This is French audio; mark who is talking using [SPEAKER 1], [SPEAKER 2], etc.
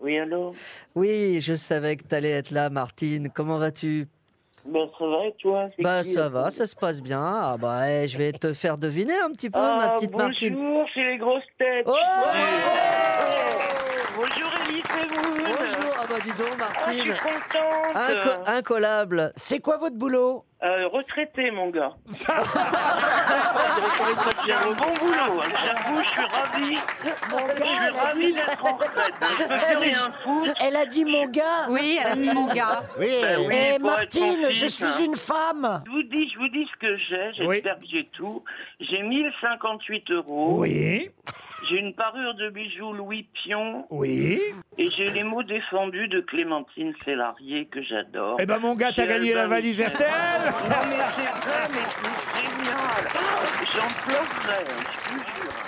[SPEAKER 1] Muriano.
[SPEAKER 2] Oui, je savais que t'allais être là, Martine. Comment vas-tu
[SPEAKER 1] Ben, ça va, et toi c'est
[SPEAKER 2] Bah
[SPEAKER 1] qui,
[SPEAKER 2] ça
[SPEAKER 1] euh,
[SPEAKER 2] va, ça se passe bien. Ah bah eh, je vais te faire deviner un petit peu, ma
[SPEAKER 1] Ah,
[SPEAKER 2] petite Martine.
[SPEAKER 1] bonjour, c'est les grosses têtes.
[SPEAKER 2] Oh
[SPEAKER 1] Bonjour, Elise Moon.
[SPEAKER 2] Bonjour, ah bah dis donc,
[SPEAKER 1] Ah, je suis
[SPEAKER 2] Martine.
[SPEAKER 1] contente.
[SPEAKER 2] Inco- incollable. C'est quoi votre boulot
[SPEAKER 1] Euh, retraité, mon gars. J'ai un bon boulot. hein. J'avoue, je suis ravi. Je suis ravi d'être en retraite. hein. Je peux plus rien foutre.
[SPEAKER 3] Elle a dit mon gars.
[SPEAKER 4] Oui, elle a dit mon gars.
[SPEAKER 5] Oui,
[SPEAKER 1] Ben oui,
[SPEAKER 3] Eh,
[SPEAKER 1] pour être mon
[SPEAKER 3] Martine,
[SPEAKER 1] fils,
[SPEAKER 3] je suis
[SPEAKER 1] hein.
[SPEAKER 3] une femme.
[SPEAKER 1] Je vous dis, je vous dis ce que j'ai. J'espère
[SPEAKER 6] Oui.
[SPEAKER 1] que j'ai tout. J'ai 1058 euros.
[SPEAKER 6] Oui,
[SPEAKER 1] J'ai une parure de bijoux Louis Pion
[SPEAKER 6] oui.
[SPEAKER 1] et j'ai les mots défendus de Clémentine Célarier que j'adore.
[SPEAKER 6] Eh ben mon gars, t'as
[SPEAKER 1] J'ai
[SPEAKER 6] gagné la
[SPEAKER 1] Albin
[SPEAKER 6] valise
[SPEAKER 1] Michel.
[SPEAKER 6] RTL
[SPEAKER 1] Non mais c'est vrai, mais c'est génial. J'en pleurerais, je vous jure.